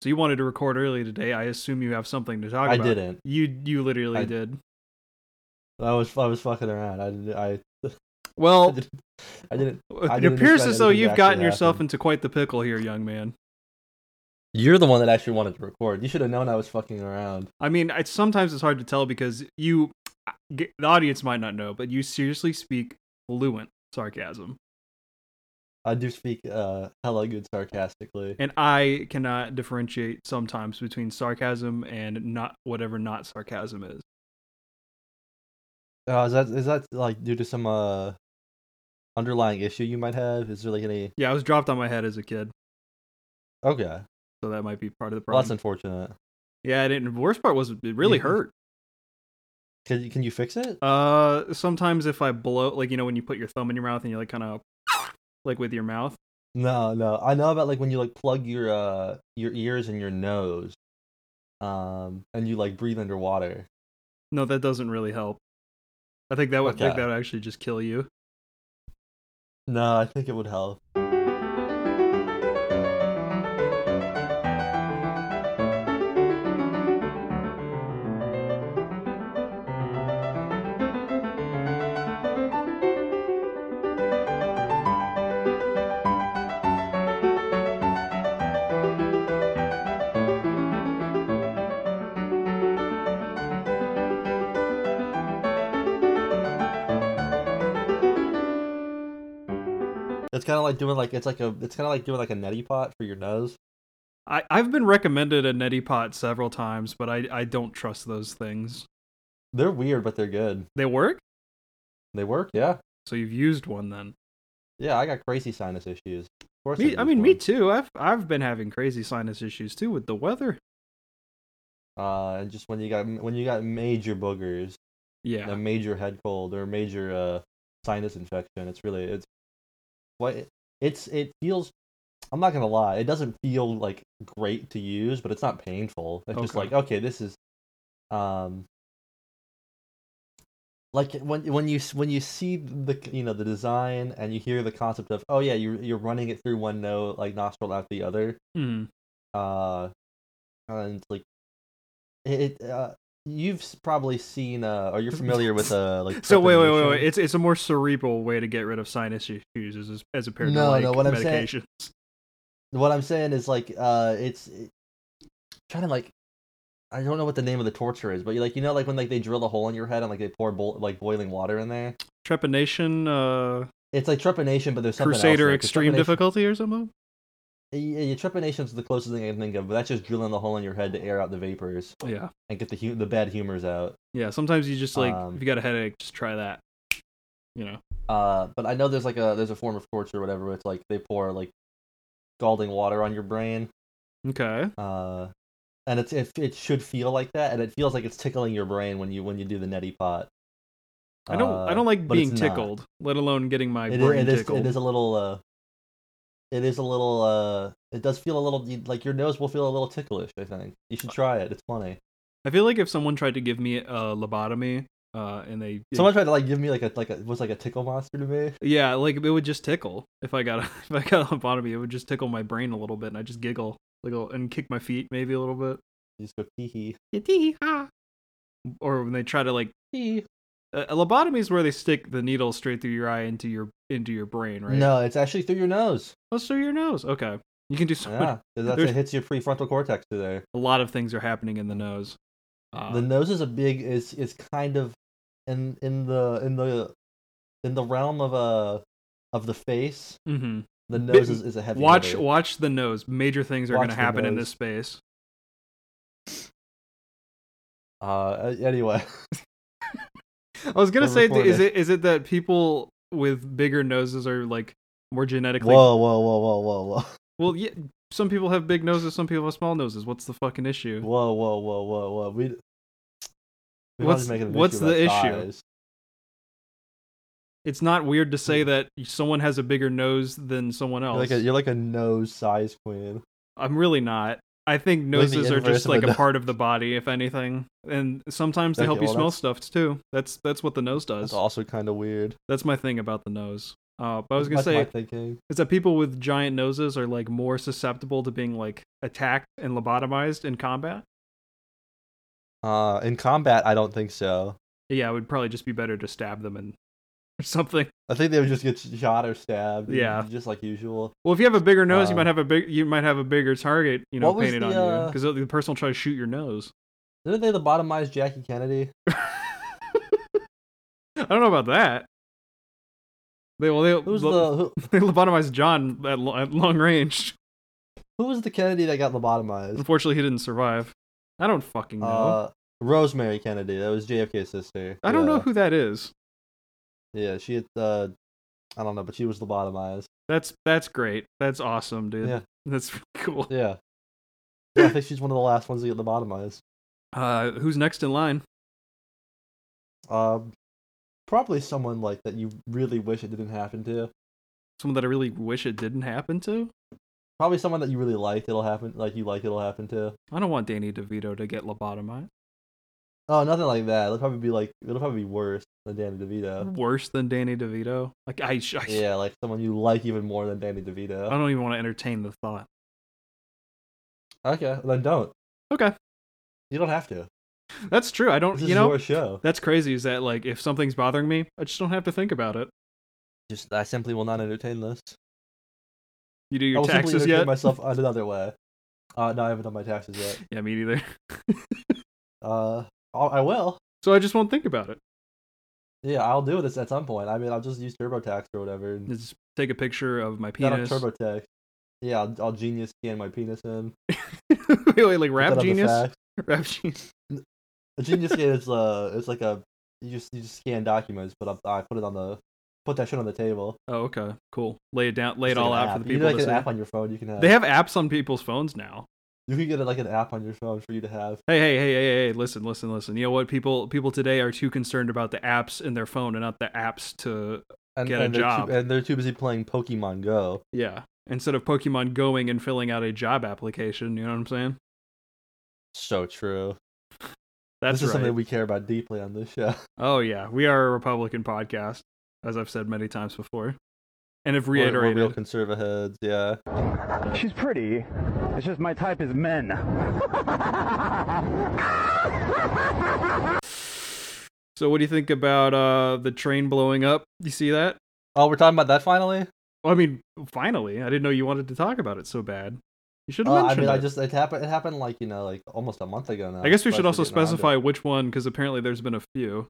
So you wanted to record early today. I assume you have something to talk I about. didn't. You you literally I- did. I was I was fucking around. I did I I Well, didn't. I didn't. I it didn't appears expect as though anything to you've gotten actually yourself happen. into quite the pickle here, young man. You're the one that actually wanted to record. You should have known I was fucking around. I mean, it's sometimes it's hard to tell because you the audience might not know, but you seriously speak fluent sarcasm, I do speak uh hella good sarcastically. and I cannot differentiate sometimes between sarcasm and not whatever not sarcasm is. Uh, is that is that like due to some uh underlying issue you might have? Is there like any? Yeah, I was dropped on my head as a kid, Okay, so that might be part of the well, that's problem. unfortunate. yeah, I didn't. The worst part was it really Yeah. hurt. Can can you fix it? Uh, sometimes if I blow, like you know, when you put your thumb in your mouth and you like kind of like with your mouth. No, no. I know about like when you like plug your uh your ears and your nose, um, and you like breathe underwater. No, that doesn't really help. I think that would I think Okay. that would actually just kill you. No, I think it would help. It's kind of like doing like it's like a it's kind of like doing like a neti pot for your nose. I, I've been recommended a neti pot several times, but I, I don't trust those things. They're weird, but they're good. They work? They work. Yeah, So you've used one then. yeah. I got crazy sinus issues. Of course, Me, I'd I use mean, me one. too. I've I've been having crazy sinus issues too with the weather. Uh, and just when you got when you got major boogers, Yeah. and a major head cold, or a major uh sinus infection, it's really it's what it's it feels. I'm not gonna lie, it doesn't feel like great to use, but it's not painful. It's just Okay. like okay, this is, um, like when when you s- when you see the you know the design and you hear the concept of oh yeah you're you're running it through one nose like nostril out the other, Hmm. uh and like it it, uh you've s- probably seen uh are you familiar with uh like So wait, wait, wait, wait. trepidation? It's it's a more cerebral way to get rid of sinus issues as as a pair of No, like no, what I'm saying- medications. what i'm saying is like uh it's it, trying to like i don't know what the name of the torture is but you like you know like when like they drill a hole in your head and like they pour bo- like boiling water in there Trepanation, uh, it's like trepanation but there's something Crusader else there, 'cause extreme trepanation- difficulty or something. yeah, yeah, trepidation's the closest thing i can think of but that's just drilling the hole in your head to air out the vapors Yeah, and get the hu- the bad humors out yeah. Sometimes you just like Um, if you got a headache, just try that. You know. Uh, but I know there's like a there's a form of torture or whatever. Where it's like they pour like scalding water on your brain. Okay. Uh, and it's it, it should feel like that, and it feels like it's tickling your brain when you when you do the neti pot. I don't. I Uh, don't like but it's being not. tickled, let alone getting my It is, brain it is tickled. it is a little uh, it is a little uh, it does feel a little like your nose will feel a little ticklish. I think you Uh, should try it. It's funny. I feel like if someone tried to give me a lobotomy, uh, and they Someone tried to like give me like a like a was like a tickle monster to me. yeah, like it would just tickle. If I got a, if I got a lobotomy, it would just tickle my brain a little bit, and I just giggle, like a- and kick my feet maybe a little bit. You just go tee hee Or when they try to like hee. a a lobotomy is where they stick the needle straight through your eye into your into your brain, right? No, it's actually through your nose. oh, through your nose. Okay, you can do so. Yeah, 'cause that's There's- it hits your prefrontal cortex through there. A lot of things are happening in the nose. Uh, the nose is a big is is kind of in in the in the in the realm of uh of the face mhm. the Bi- nose is, is a heavy Watch hitter. watch the nose. Major things are Watch going to the happen in nose. this space. uh anyway I was going to We're say is recording. it is it that people with bigger noses are like more genetically whoa whoa whoa whoa whoa whoa Well, yeah, some people have big noses, some people have small noses. What's the fucking issue? whoa whoa whoa whoa whoa we, we don't What's- just make it an what's issue the about issue? size. It's not weird to say that someone has a bigger nose than someone You're else. Hmm. like, a, you're like a nose size queen. I'm really not. I think Like the noses are inverse just of a like a nose. part of the body, if anything, and sometimes they Okay, help you well, smell that's- stuff too. That's that's what the nose does. That's also kind of weird. That's my thing about the nose. Uh, but I was gonna That's my say thinking. is that people with giant noses are like more susceptible to being like attacked and lobotomized in combat. Uh, in combat, I don't think so. Yeah, it would probably just be better to stab them and or something. I think they would just get shot or stabbed. Yeah. just like usual. Well, if you have a bigger nose, you Um, might have a big you might have a bigger target, you know, what was painted the, on you uh, because the person will try to shoot your nose. Didn't they the bottomize Jackie Kennedy? I don't know about that. They well they, Who's lo- the who, they lobotomized John at, lo- at long range. who was the Kennedy that got lobotomized? Unfortunately, he didn't survive. I don't fucking know. Uh, Rosemary Kennedy. That was JFK's sister. I don't know Yeah. who that is. Yeah, she had. Uh, I don't know, but she was lobotomized. That's that's great. That's awesome, dude. Yeah. That's cool. Yeah. yeah, I think she's one of the last ones to get lobotomized. Uh, who's next in line? Um, probably someone like that you really wish it didn't happen to. Someone that I really wish it didn't happen to. Probably someone that you really liked it'll happen. Like you like it'll happen to. I don't want Danny DeVito to get lobotomized. Oh, nothing like that. It'll probably be like it'll probably be worse than Danny DeVito. Worse than Danny DeVito. Like I, sh- I, sh- Yeah, like someone you like even more than Danny I DeVito. don't even want to entertain the thought. Okay, then don't. Okay, You don't have to. that's true. I don't. This Oh, you is know, your show. that's crazy. Is that like if something's bothering me, I just don't have to think about it. Just I simply will not entertain this. You do I your will simply taxes entertain yet? myself another way. Uh, no, I haven't done my taxes yet. Yeah, me neither. Uh, I'll, I will. So I just won't think about it. Yeah, I'll do this at some point. I mean, I'll just use TurboTax or whatever. And Just take a picture of my not on penis. TurboTax. Yeah, I'll, I'll genius scan my penis in. put wait, wait, like that rap on the genius. fax. Rap genius. A genius scan is uh, it's like a you just you just scan documents, but I, I put it on the put that shit on the table. Oh, okay, cool. Lay it down. Lay It's it like all an out app. for the You people know, like to an see. app on your phone. You can have. They have apps on people's phones now. You can get like an app on your phone for you to have. Hey, hey, hey, hey, hey! Listen, listen, listen. You know what? People, people today are too concerned about the apps in their phone and not the apps to, And, Get a and they're job. Too, and they're too busy playing Pokemon Go. yeah. Instead of Pokemon going and filling out a job application, you know what I'm saying? So true. That's this is right. something we care about deeply on this show. Oh yeah, we are a Republican podcast, as I've said many times before, and have We're- We're, reiterated. real conserva heads, yeah. She's pretty. It's just my type is men. So, what do you think about uh the train blowing up? You see that? Oh, we're talking about that finally. Well, I mean, finally, I didn't know you wanted to talk about it so bad. You should have Uh, I mentioned mean, I it. just it happened. It happened like you know, like almost a month ago now. I guess we so should actually also getting around to it. specify which one, because apparently there's been a few.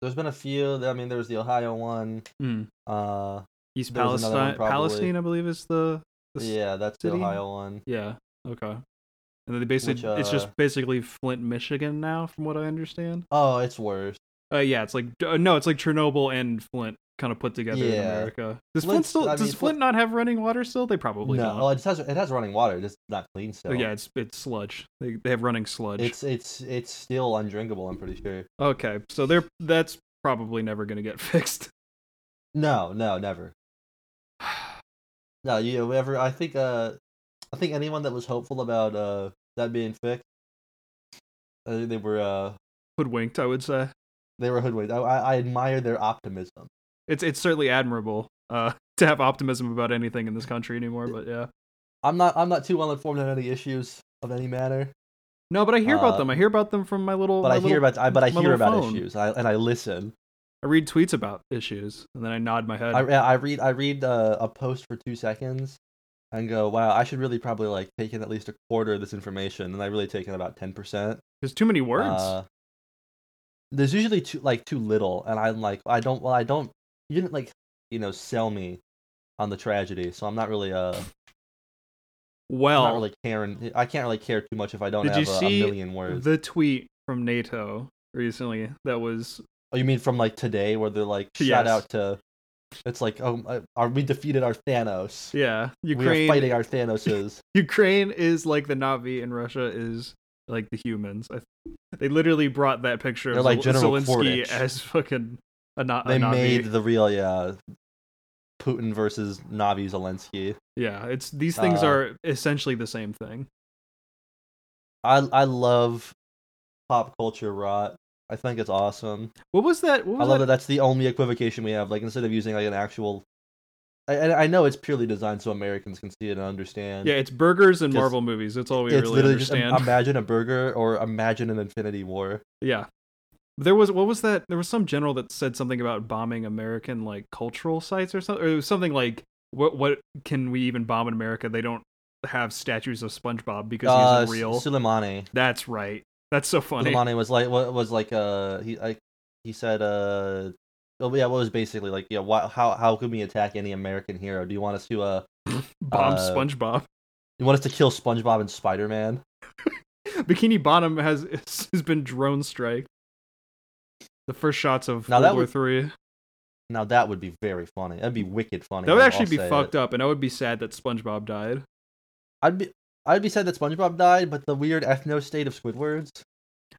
There's been a few. I mean, there was the Ohio one. Hmm. Uh, East There was another one, Palestine, probably. Palestine, I believe is the, the s- yeah, that's city? the Ohio one. yeah, okay. And then they basically, Which, it's just uh, basically Flint, Michigan now, from what I understand. Oh, it's worse. Uh, yeah, it's like uh, no, it's like Chernobyl and Flint kind of put together in Yeah. America. Does Flint Flint's- still? I does mean, Flint Flint- not have running water still? They probably no, don't. well, it has it has running water, just not clean Oh, still. yeah, it's it's sludge. They they have running sludge. it's it's it's still undrinkable. I'm pretty sure. Okay, so they're that's probably never gonna get fixed. No, no, never. No, you ever? I think uh, I think anyone that was hopeful about uh that being fixed, I think they were uh Hoodwinked, I would say. they were hoodwinked. I I I admire their optimism. It's it's certainly admirable uh, to have optimism about anything in this country anymore. But yeah, I'm not I'm not too well informed on any issues of any matter, no, but I hear about Uh, them. I hear about them from my little. but my I little- hear about I, but I my hear little about phone. issues. I and I listen. I read tweets about issues, and then I nod my head. I, I read I read uh, a post for two seconds and go, wow, I should really probably like take in at least a quarter of this information, and I really take in about ten percent. There's too many words. Uh, there's usually too like too little, and I'm like, I don't, well, I don't, you didn't like, you know, sell me on the tragedy, so I'm not really uh, I'm well, not really caring. I can't really care too much if I don't Did you have a, see a million words. the tweet from NATO recently that was oh, you mean from like today, where they're like, Yes. shout out to, it's like, oh, uh, are we defeated our Thanos? yeah We are Ukraine fighting our Thanoses. Ukraine is like the Navi and Russia is like the humans. I, they literally brought that picture They're of like Zel- General Zelensky Kordich. as fucking a, na- a they Uh, Navi. made the real yeah putin versus navi zelensky yeah, it's these things Uh, are essentially the same thing. i i love pop culture rot i think it's awesome What was that? What i was love that? that that's the only equivocation we have like instead of using like an actual I, I I know it's purely designed so Americans can see it and understand. Yeah, it's burgers and Just- Marvel movies. That's all we it's really literally understand. just im- imagine a burger or imagine an Infinity War. yeah. There was what was that? There was some general that said something about bombing American like cultural sites or something. Or it was something like what what can we even bomb in America? They don't have statues of SpongeBob because Uh, he isn't real. Suleimani. That's right. That's so funny. Suleimani was like what was like uh he like he said uh oh yeah what was basically like yeah why, how how could we attack any American hero? Do you want us to uh Bomb uh, SpongeBob. you want us to kill SpongeBob and Spider Man? Bikini Bottom has has been drone strike. The first shots of Now World that War would- Three. Now that would be very funny. That'd be wicked funny. That would I'll- actually I'll be say fucked it. up, and I would be sad that SpongeBob died. I'd be I'd be sad that SpongeBob died, but the weird ethno state of Squidwards.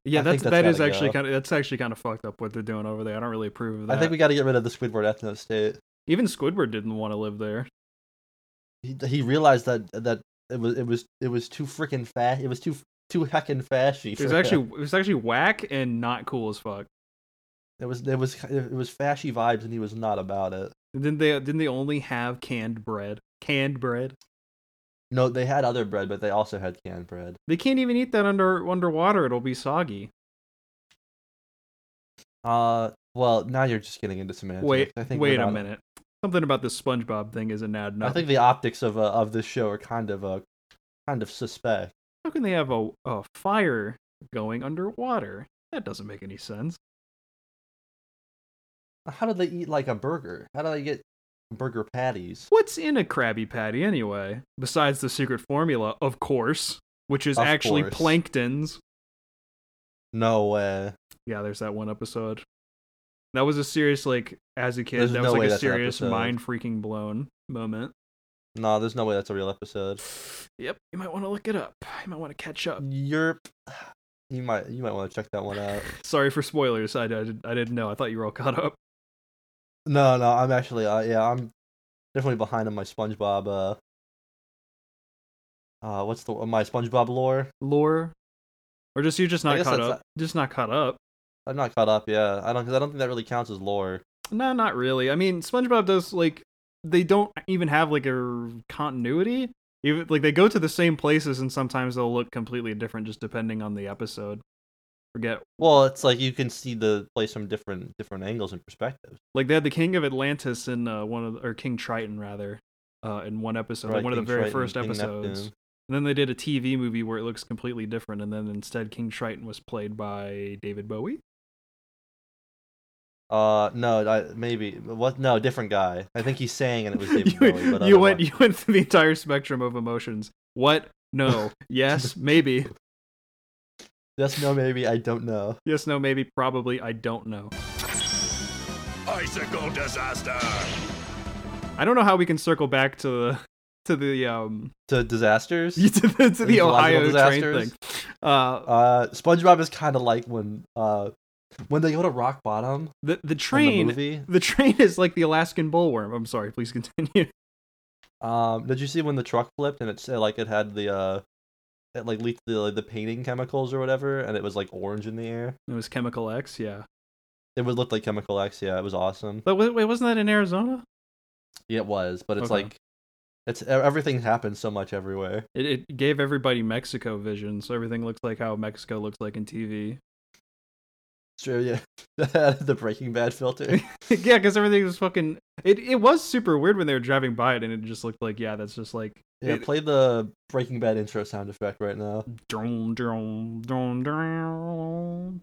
Yeah, I that's, that's think that's that is gotta actually go. kind of that's actually kind of fucked up what they're doing over there. I don't really approve of that. I think we got to get rid of the Squidward ethno state. Even Squidward didn't want to live there. He, he realized that that it was it was it was too freaking fat. It was too too heckin' fashy. It was for him. actually it was actually whack and not cool as fuck. it was it was it was fashy vibes, and he was not about it. And Didn't they didn't they only have canned bread? Canned bread. No, they had other bread, but they also had canned bread. They can't even eat that under underwater. It'll be soggy. Uh, well, now you're just getting into semantics. wait, I think we're wait a not- minute. Something about this SpongeBob thing isn't adding I up. think the optics of uh, of this show are kind of uh, kind of suspect. How can they have a, a fire going underwater? That doesn't make any sense. How do they eat like a burger? How do they get burger patties? What's in a Krabby Patty anyway? Besides the secret formula, of course, which is Of actually course. planktons. No way. Yeah, there's that one episode. That was a serious, like, as a kid, There's that was no way like a that's an serious episode. mind freaking blown moment. No, there's no way that's a real episode. Yep, you might want to look it up. You might want to catch up. You're, you might you might want to check that one out. Sorry for spoilers. I, I, did, I didn't know. I thought you were all caught up. No, no, I'm actually uh, yeah, I'm definitely behind on my SpongeBob. Uh, uh, what's the my SpongeBob lore? Lore? Or just you're just I not guess caught that's up. Just not caught up. I'm not caught up. Yeah, I don't because I don't think that really counts as lore. No, not really. I mean, SpongeBob does like they don't even have like a continuity. Even like they go to the same places and sometimes they'll look completely different just depending on the episode. Forget Well, it's like you can see the place from different different angles and perspectives. like they had the King of Atlantis in uh, one of the, or King Triton rather uh, in one episode, like Right, one of the King very Triton, first King episodes. Neptune. And then they did a TV movie where it looks completely different, and then instead King Triton was played by David Bowie. Uh, no, I, maybe what? No, different guy. I think he sang and it was David you Bowie. But you otherwise- went you went through the entire spectrum of emotions. What? No. yes. Maybe. Yes, no, maybe I don't know. Yes, no, maybe, probably, I don't know. Icicle disaster! I don't know how we can circle back to the to the um To disasters. to the, to the Ecological Ohio train disasters? thing. Uh, Uh, SpongeBob is kind of like when uh when they go to rock bottom the the in the train the, movie. train is like the Alaskan bullworm. I'm sorry, please continue. Um, did you see when the truck flipped and it said like it had the uh, it like leaked the like, the painting chemicals or whatever, and it was like orange in the air. It was Chemical X, yeah. It would look like Chemical X. Yeah, it was awesome. But wait, wait wasn't that in Arizona? Yeah, it was, but it's Okay. like it's e- everything happens so much everywhere. It, it gave everybody Mexico vision, so everything looks like how Mexico looks like in TV. Sure, yeah, the Breaking Bad filter. yeah, because everything was fucking. It it was super weird when they were driving by it, and it just looked like yeah, that's just like Yeah, It- play the Breaking Bad intro sound effect right now. Mm. drum drum drum drum.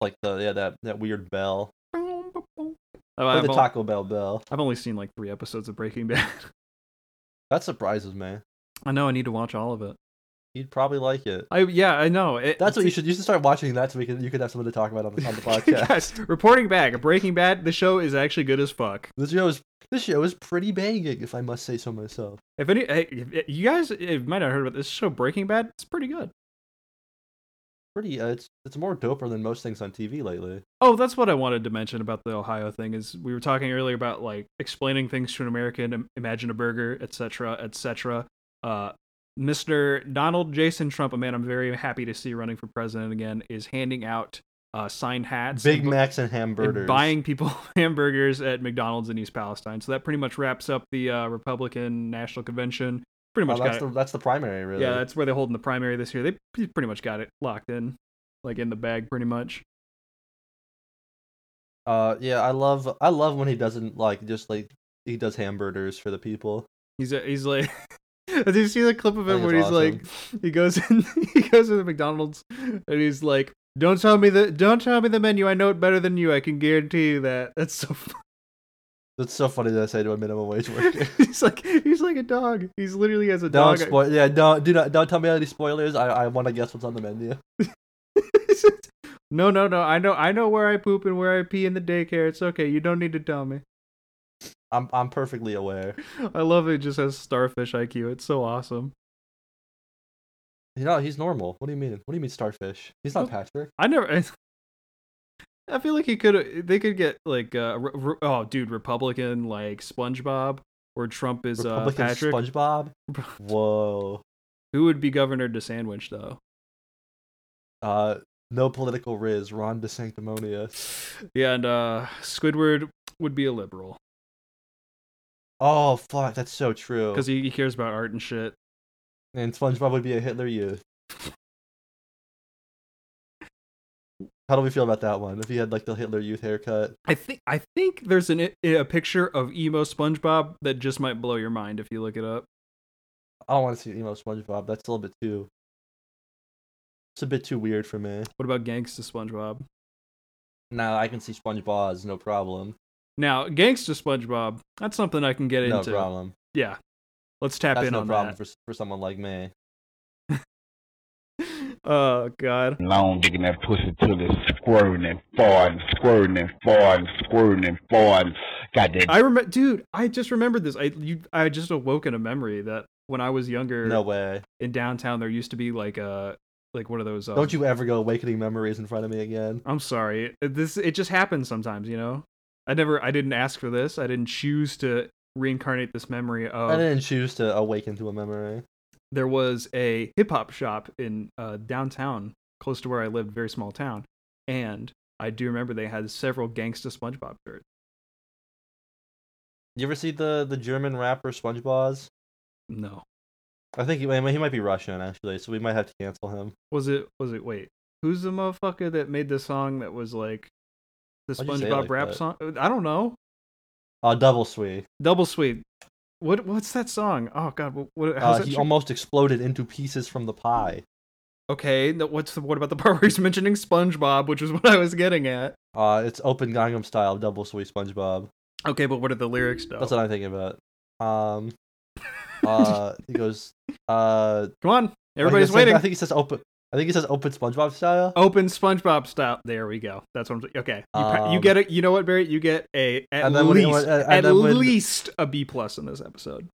Like the yeah that that weird bell. Oh, Play I've, the on- Taco Bell bell. I've only seen like three episodes of Breaking Bad. That surprises me. I know I need to watch all of it. You'd probably like it. I yeah, I know. It, That's what you should. You should start watching that so we can you could have something to talk about on the, on the podcast. Guys, reporting back, Breaking Bad. The show is actually good as fuck. This show is this show is pretty banging, if I must say so myself. If any, hey, if- if- you guys eh, might not have heard about this show, Breaking Bad. It's pretty good. Pretty, uh, it's it's more doper than most things on TV lately. Oh, that's what I wanted to mention about the Ohio thing is we were talking earlier about like explaining things to an American, im- imagine a burger, etc., etc. Uh, Mr. Donald Jason Trump, a man I'm very happy to see running for president again, is handing out uh, signed hats, Big and- Macs and and hamburgers. buying people hamburgers at McDonald's in East Palestine. So that pretty much wraps up the uh, Republican National Convention. Pretty Well, much got Oh, that's it. the that's the primary really. Yeah, that's where they're holding the primary this year. They p- pretty much got it locked in, like in the bag, pretty much. Uh, yeah, I love I love when he doesn't like just like he does hamburgers for the people. He's a, he's like, did you see the clip of I him think where he's it's like, he goes in, he goes to the McDonald's and he's like, "Don't tell me the, don't tell me the menu. I know it better than you. I can guarantee you that." That's so. Funny. That's so funny that I say to a minimum wage worker. he's like, he's like a dog. He's literally as a don't dog. spoil. Yeah, don't do not don't tell me any spoilers. I I want to guess what's on the menu. no, no, no. I know, I know where I poop and where I pee in the daycare. It's okay. You don't need to tell me. I'm I'm perfectly aware. I love it. it just has starfish IQ. It's so awesome. You know he's normal. What do you mean? What do you mean starfish? He's not Patrick. I never. I feel like he could. They could get like, uh, re- re- oh, dude, Republican like SpongeBob or Trump is uh, Republican Patrick. SpongeBob. Whoa. Who would be governor to sandwich though? Uh, no political riz. Ron DeSanctimonious. Yeah, and uh, Squidward would be a liberal Oh fuck, that's so true. because he, he cares about art and shit. And SpongeBob would be a Hitler Youth. How do we feel about that one? If he had like the Hitler Youth haircut, I think I think there's an i- a picture of emo SpongeBob that just might blow your mind if you look it up. I don't want to see emo SpongeBob. That's a little bit too. It's a bit too weird for me. What about Gangsta SpongeBob? Nah, I can see SpongeBob's no problem. Now, Gangsta SpongeBob, that's something I can get No into. problem. Yeah. Let's tap That's in no on problem for for someone like me. that. Oh god. long digging that pussy till it's squirting and farting, squirting and farting, squirting and farting. Got that I remember, dude. I just remembered this. I you, I just awoke in a memory that when I was younger, No way. in downtown there used to be like a like one of those. Um, Don't you ever go awakening memories in front of me again. I'm sorry. This it just happens sometimes. You know, I never. I didn't ask for this. I didn't choose to reincarnate this memory I of. didn't choose to awaken to a memory. There was a hip hop shop in uh, downtown, close to where I lived, very small town, and I do remember they had several gangsta SpongeBob shirts. You ever see the the German rapper SpongeBob's? No, I think he, I mean, he might be Russian actually, so we might have to cancel him. was it? Was it? Wait, who's the motherfucker that made the song that was like the Why'd you say it SpongeBob like rap that? song? I don't know. Uh, double sweet. Double Sweet. What what's that song? Oh God, what, what how's Uh, that? he tr- almost exploded into pieces from the pie. okay, no, what's the, what about the part where he's mentioning SpongeBob, which is what I was getting at? Uh, it's open Gangnam style, double sweet SpongeBob. Okay, but what are the lyrics though? That's what I'm thinking about. Um, uh, he goes, uh, what he Come on, everybody's says- waiting. I think he says open. I think he says open SpongeBob style. Open SpongeBob style. There we go. That's what I'm. Okay, you, pa- you Um, get it. You know what, Barry? You get a at and then when- least and- and at then when- least a B plus in this episode.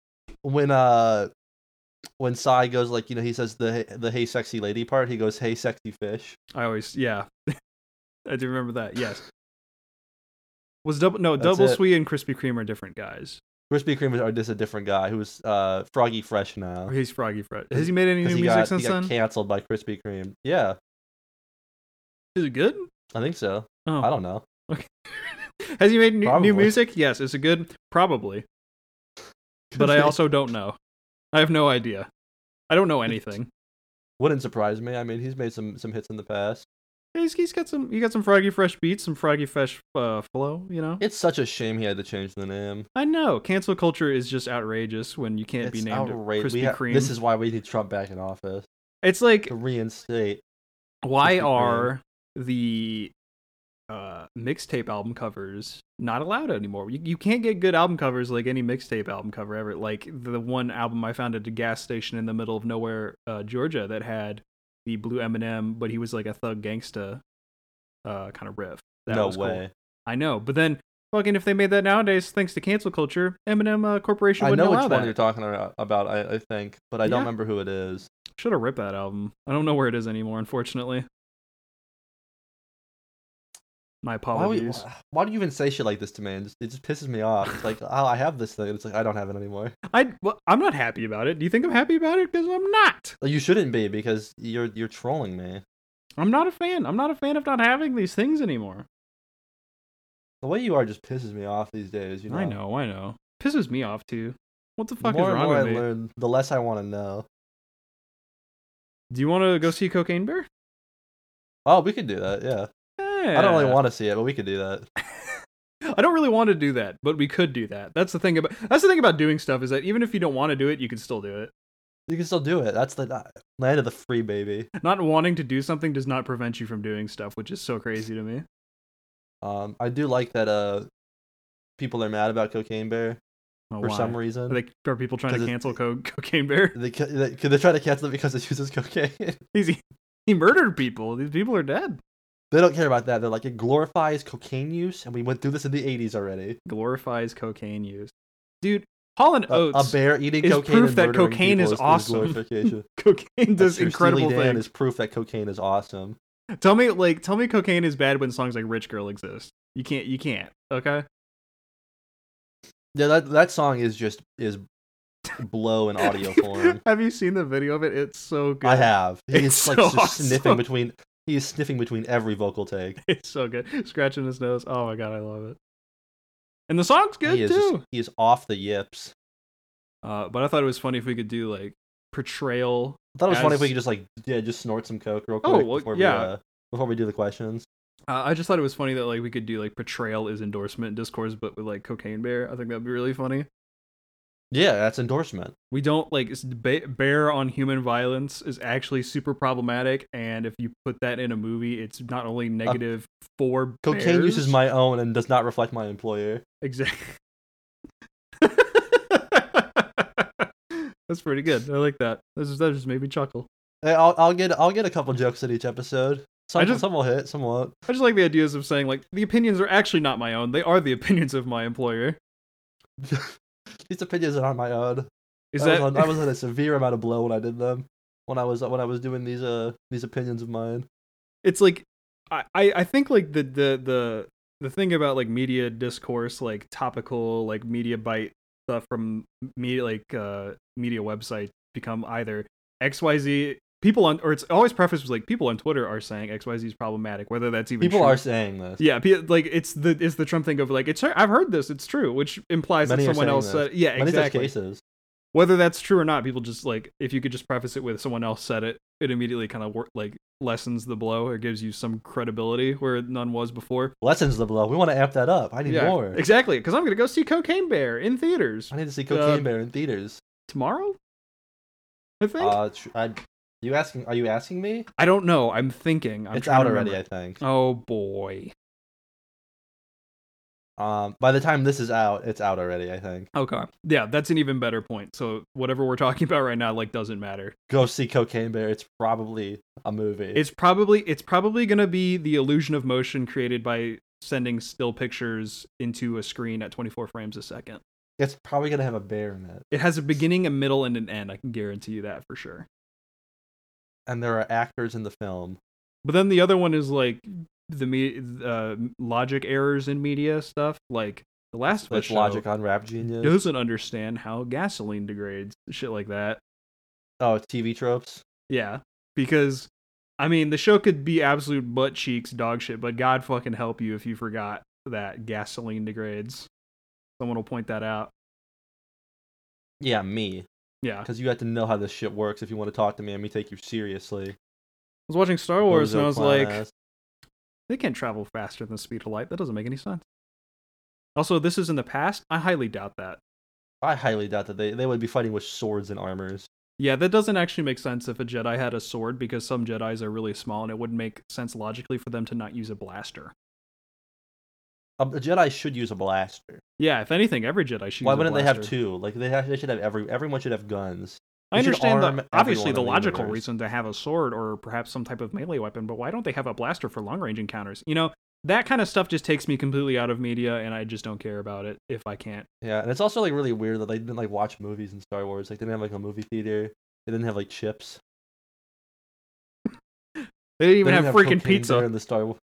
When uh, when Sai goes like, you know, he says the the hey sexy lady part. He goes hey sexy fish. I always yeah. I do remember that. Yes. Was double no That's double it. sweet and Krispy Kreme are different guys. Krispy Kreme is or this a different guy who's uh Froggy Fresh now. He's Froggy Fred. Has he made any new Because he music got, since he got then? canceled by Krispy Kreme. Yeah, Is it good? I think so. Oh. I don't know. Has he made new, Probably. new music? Yes. Is it good? Probably. But I also don't know. I have no idea. I don't know anything. wouldn't surprise me. I mean, he's made some some hits in the past. He's, he's got some. You got some Froggy Fresh beats, some Froggy Fresh uh, flow. You know. It's such a shame he had to change the name. I know. Cancel culture is just outrageous when you can't it's be named outrageous. We Krispy ha- Kreme. This is why we need Trump back in office It's like to reinstate. why Krispy Kreme. are the uh, mixtape album covers not allowed anymore? You, you can't get good album covers like any mixtape album cover ever. Like the one album I found at a gas station in the middle of nowhere, uh, Georgia, that had the blue Eminem, but he was like a thug gangsta uh, kind of riff. That no was cool. way. I know, but then fucking if they made that nowadays, thanks to cancel culture, Eminem uh, Corporation I wouldn't know which allow one you're that. talking ar- about. I, I think, but I Yeah. don't remember who it is. Should have ripped that album. I don't know where it is anymore, unfortunately. My Why, would- apologies. why do you even say shit like this to me? It just, it just pisses me off. It's like, oh, I have this thing. It's like I don't have it anymore. I well, I'm not happy about it. Do you think I'm happy about it? Because I'm not. Like, you shouldn't be because you're you're trolling me. I'm not a fan. I'm not a fan of not having these things anymore. The way you are just pisses me off these days. You know. I know, I know. Pisses me off too. What the The fuck is more and wrong more I with me? learn, the less I want to know. Do you want to go see Cocaine Bear? Oh, we could do that. Yeah. I don't really want to see it, but we could do that. I don't really want to do that, but we could do that. That's the thing about that's the thing about doing stuff is that even if you don't want to do it, you can still do it. You can still do it. That's the uh, land of the free, baby. Not wanting to do something does not prevent you from doing stuff, which is so crazy to me. Um, I do like that. Uh, people are mad about Cocaine Bear Oh, for why? some are, reason. they, are people trying 'Cause to it's- cancel co- Cocaine Bear? They ca- they they try to cancel it because it uses cocaine. they He's, he murdered people. These people are dead. don't care about that. They're like it glorifies cocaine use, and we went through this in the '80s already. Glorifies cocaine use, dude. Holland A, a Oates. bear eating is cocaine Oh, proof and that murdering cocaine is people is awesome. glorification. cocaine does That's true. incredible Steely Dan things. is proof that cocaine is awesome. Tell me, like, tell me, cocaine is bad when songs like "Rich Girl" exist. You can't. You can't. Okay. Yeah, that that song is just is blow in audio form. Have you seen the video of it? It's so good. I have. He's It's like so just sniffing awesome. between. He is sniffing between every vocal take. It's so good. Scratching his nose. Oh my god, I love it. And the song's good he is too. Just, he is off the yips. Uh, but I thought it was funny if we could do like portrayal. I thought it was funny if we As- could just like yeah, just snort some coke real Oh, quick well, before yeah. we uh, before we do the questions. Uh, I just thought it was funny that like we could do like portrayal is endorsement discourse, but with like cocaine bear. I think that'd be really funny. Yeah, that's endorsement. We don't like it's ba- bear on human violence is actually super problematic, and if you put that in a movie, it's not only negative for Uh, Cocaine use is bears- my own and does not reflect my employer. Exactly. That's pretty good. I like that. That just, that just made me chuckle. Hey, I'll, I'll get I'll get a couple jokes in each episode. I Some, just- some will hit, some won't. I just like the ideas of saying like the opinions are actually not my own. They are the opinions of my employer. These opinions are not my own. Is I that, was on, I was on a severe amount of blow when I did them. When I was when I was doing these uh these opinions of mine. it's like I, I I think like the the the the thing about like media discourse, like topical like media bite stuff from media like uh media websites become either XYZ people on or it's always prefaced with like people on Twitter are saying XYZ is problematic, whether that's even People true. are saying this. Yeah, pe- like it's the it's the Trump thing of like it's I've heard this, it's true, which implies Many that are someone saying else this. said yeah Many such exactly. cases. Whether that's true or not, people just like if you could just preface it with someone else said it, it immediately kind of wor- like lessens the blow or gives you some credibility where none was before. Lessons of the blow. We want to amp that up. I need yeah, more. exactly. Because I'm gonna go see Cocaine Bear in theaters I need to see Cocaine Uh, Bear in theaters. tomorrow. I think Uh, tr- I, you asking? Are you asking me? I don't know. I'm thinking. I'm it's trying out to already, I remember. think. Oh boy. Um, by the time this is out, it's out already, I think. Okay. Yeah, that's an even better point. So whatever we're talking about right now, like, doesn't matter. Go see Cocaine Bear. It's probably a movie. It's probably it's probably gonna be the illusion of motion created by sending still pictures into a screen at 24 frames a second. it's probably gonna have a bear in it, It has a beginning, a middle, and an end. I can guarantee you that for sure. and there are actors in the film. But then the other one is like the me- uh, logic errors in media stuff. Like the last of Us That's show logic on Rap Genius. doesn't understand how gasoline degrades, shit like that. Oh, TV tropes. Yeah, because I mean the show could be absolute butt cheeks dog shit, but God fucking help you if you forgot that gasoline degrades. Someone will point that out. Yeah, me. Yeah, I Because you have to know how this shit works if you want to talk to me and me take you seriously. was watching Star Wars Bozo and I was clown like, ass. they can't travel faster than the speed of light. That doesn't make any sense. Also, this is in the past. I highly doubt that. I highly doubt that they, they would be fighting with swords and armors. Yeah, that doesn't actually make sense if a Jedi had a sword because some Jedi's are really small and it wouldn't make sense logically for them to not use a blaster. A, a Jedi should use a blaster. Yeah, if anything, every Jedi should. Why use a wouldn't they have blaster. two? Like they have, they should have every everyone should have guns. I They should understand arm the, obviously everyone the in the logical universe. reason to have a sword or perhaps some type of melee weapon, but why don't they have a blaster for long range encounters? You know, that kind of stuff just takes me completely out of media and I just don't care about it if I can't. Yeah, and it's also like really weird that they didn't like watch movies in Star Wars. Like they didn't have like a movie theater. They didn't have like chips. They didn't even They have, didn't freaking cocaine there pizza. in the Star Wars.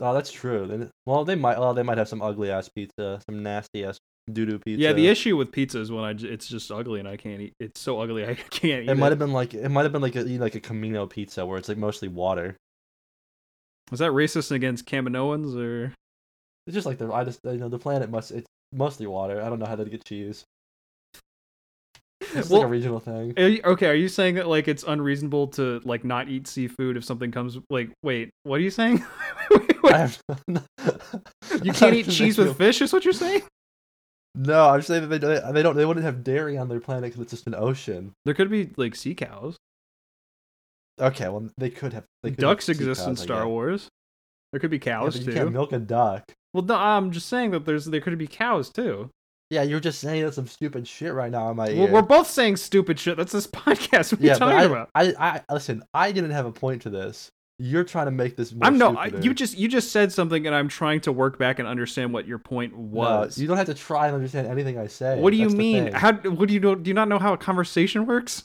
Oh, that's true. They didn't- well, they might. Oh, they might have some ugly ass pizza, some nasty ass doo doo pizza. Yeah, the issue with pizza is when I j- it's just ugly and I can't eat. It's so ugly I can't eat. It might have been like it might have been like a like a Camino pizza where it's like mostly water. Was that racist against Caminoans or? It's just like the I just you know the planet must it's mostly water. I don't know how to get cheese. It's like a Well, regional thing. are you- okay, are you saying that like it's unreasonable to like not eat seafood if something comes? Like, wait, what are you saying? I have, you can't eat cheese with fish, is what you're saying? No, I'm saying that they don't, they don't they wouldn't have dairy on their planet because it's just an ocean. There could be like sea cows. Okay, well they could have. They could have Ducks sea exist in cows, I guess. Star Wars. There could be Yeah, but cows you too. can't milk a duck. Well, no, I'm just saying that there's there could be cows too. Yeah, you're just saying some stupid shit right now in my We're, ear. we're both saying stupid shit. That's this podcast. What are Uh, yeah, you but talking I, about? I, I, listen. I didn't have a point to this. You're trying to make this. More I'm no. I, stupider. you just you just said something, and I'm trying to work back and understand what your point No, was. you don't have to try and understand anything I say. what do you That's the mean? thing. How what do you know, do? You not know how a conversation works?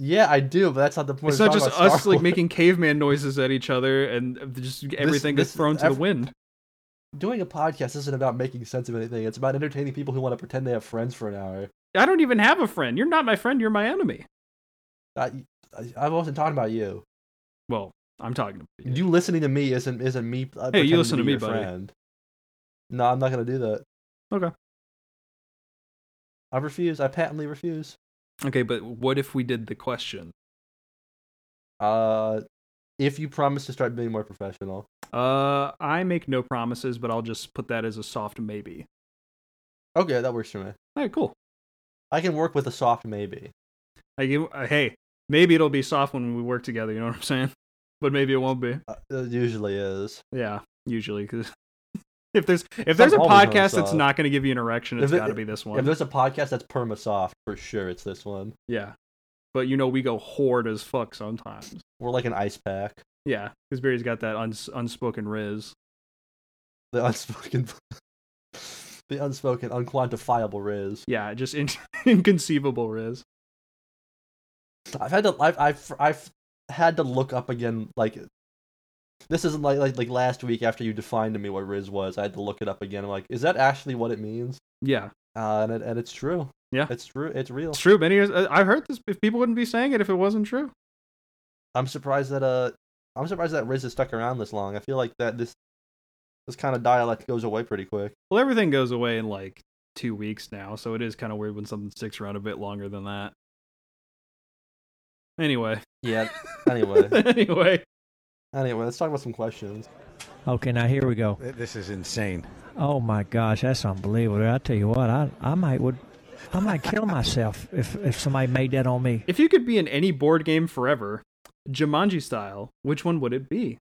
Yeah, I do, but that's not the point. it's We're not talking just about us Star like Wars. making caveman noises at each other, and just everything this- gets thrown to ev- the wind. doing a podcast isn't about making sense of anything. It's about entertaining people who want to pretend they have friends for an hour. I don't even have a friend. You're not my friend. You're my enemy. I, I, I wasn't talking about you. Well, I'm talking about you. You listening to me isn't isn't me. Uh, Hey, you pretending listen to, to be me, your buddy. friend. No, I'm not gonna do that. Okay. I refuse. I patently refuse. Okay, but what if we did the question? Uh, if you promise to start being more professional, Uh, I make no promises, but I'll just put that as a soft maybe. okay, that works for me. All right, cool. I can work with a soft maybe. I give, uh, hey, maybe it'll be soft when we work together. You know what I'm saying? But maybe it won't be. Uh, it usually is. Yeah, usually because if there's if there's a Something always runs podcast that's soft. not going to give you an erection, uh, If it's it- got to be this If one. there's a podcast that's perma soft, for sure it's this one. Yeah, but you know we go hard as fuck sometimes. We're like an ice pack. Yeah, because Barry's got that uns- unspoken riz. The unspoken, the unspoken, unquantifiable riz. Yeah, just in- inconceivable riz. I've had to I've, I've I've had to look up again like this isn't like, like like last week after you defined to me what Riz was, I had to look it up again. I'm like, is that actually what it means? Yeah, Uh, and it, and it's true. Yeah. It's true. It's real. It's true. Many years. I- I've heard this. If people wouldn't be saying it if it wasn't true. I'm surprised that uh I'm surprised that Riz has stuck around this long. I feel like that this this kind of dialect goes away pretty quick. Well, everything goes away in like two weeks now, so it is kind of weird when something sticks around a bit longer than that. Anyway. Yeah. Anyway. anyway. anyway, let's talk about some questions. Okay, now here we go. This is insane. Oh my gosh, that's unbelievable. I tell you what, I, I might would I might kill myself if, if somebody made that on me. If you could be in any board game forever, Jumanji style, which one would it be?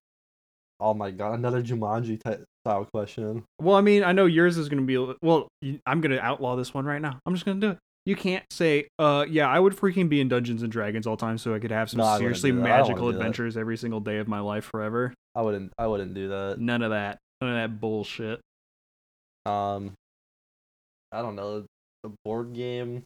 Oh my god, another Jumanji type style question. Well, I mean, I know yours is going to be. a- Well, you- I'm going to outlaw this one right now. I'm just going to do it. You can't say, "Uh, yeah, I would freaking be in Dungeons and Dragons all time, so I could have some No, I wouldn't seriously do that. I don't wanna magical do that. adventures every single day of my life forever." I wouldn't I wouldn't do that. None of that. None of that bullshit. Um, I don't know a board game.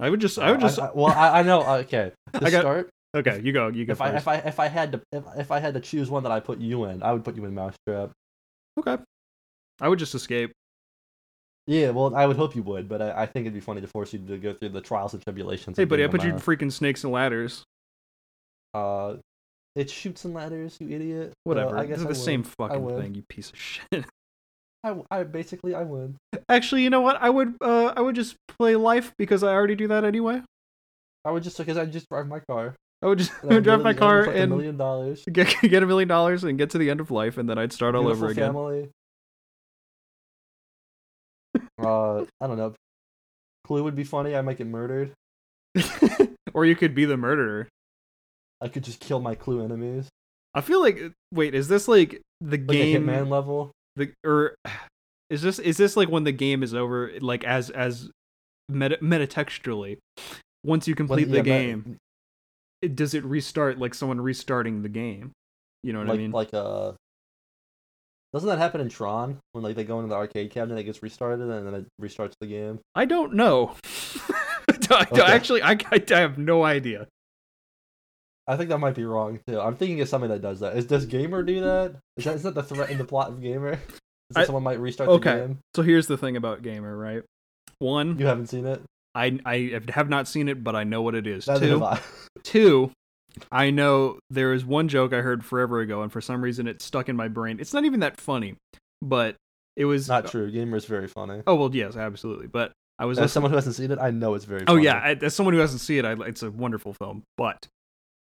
I would just. I would just. I, well, I, I know. Okay, to I got- start, okay, you go. You go if I first. if I if I had to if, if I had to choose one that I put you in, I would put you in Mousetrap. okay. I would just escape. Yeah, well, I would hope you would, but I, I think it'd be funny to force you to go through the trials and tribulations. Hey, of buddy, I being a put you in mouse. freaking snakes and ladders. Uh, it shoots and ladders, you idiot. Uh, Whatever. I guess They're I the would. same fucking would. thing. You piece of shit. I, w- I basically I win. Actually, you know what? I would. Uh, I would just play life because I already do that anyway. I would just because I just drive my car. I would just I and would drive live- my live car with a and million dollars. get get a million dollars and get to the end of life, and then I'd start all over Beautiful again. Family. uh, I don't know. Clue would be funny. I might get murdered. or you could be the murderer. I could just kill my Clue enemies. I feel like. Wait, is this like the Like game? a hitman level. the or is this is this like when the game is over like as as meta metatextually once you When- complete yeah, the but- game it, does it restart like someone restarting the game you know what like i mean like uh. Doesn't that happen in Tron when like they go into the arcade cabinet, it gets restarted, and then it restarts the game? i don't know I- I- Okay. actually I, I I have no idea I think that might be wrong too. I'm thinking of something that does that. Is does Gamer do that? Is that is that the threat in the plot of Gamer? Is that I- someone might restart okay. the game? So here's the thing about Gamer, right? One, You haven't seen it? I I have not seen it, but I know what it is. Neither Two, have I. Two, I know there is one joke I heard forever ago, and for some reason it stuck in my brain. It's not even that funny, but it was It's not true. Gamer's very funny. Oh well, yes, absolutely. But I was As listening. someone who hasn't seen it, I know it's very Oh funny. yeah, I, as someone who hasn't seen it, I, it's a wonderful film. But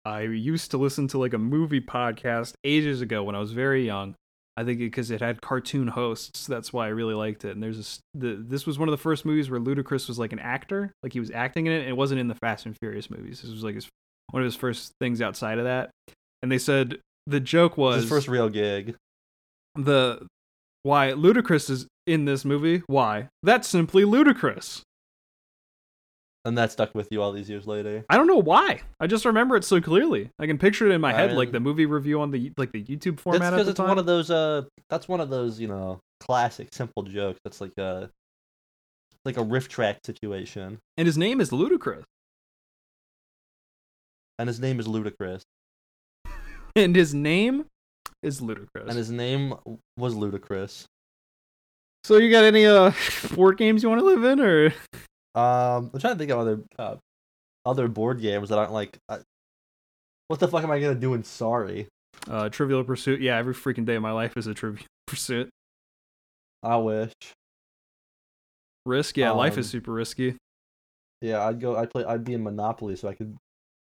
I used to listen to like a movie podcast ages ago when I was very young. I think because it had cartoon hosts, that's why I really liked it. And there's this, the, this was one of the first movies where Ludacris was like an actor, like he was acting in it. And it wasn't in the Fast and Furious movies. This was like his, one of his first things outside of that. And they said the joke It's was his first real gig. the why Ludacris is in this movie. Why? That's simply ludicrous. And that stuck with you all these years later. I don't know why. I just remember it so clearly. I can picture it in my I head, like mean- the movie review on the like the YouTube Um, That's format at because the it's time. one of those uh that's one of those, you know, classic simple jokes. That's like a like a riff track situation. and his name is Ludacris, And his name is Ludacris. and his name is Ludacris. And his name was Ludacris. so you got any uh board games you want to live in, or Um, I'm trying to think of other uh, other board games that aren't like. Uh, what the fuck am I gonna do in Sorry? uh Trivial Pursuit? Yeah, every freaking day of my life is a Trivial Pursuit. I wish. Risk, yeah, life is Um, super risky. Yeah, I'd go. I'd play. I'd be in Monopoly so I could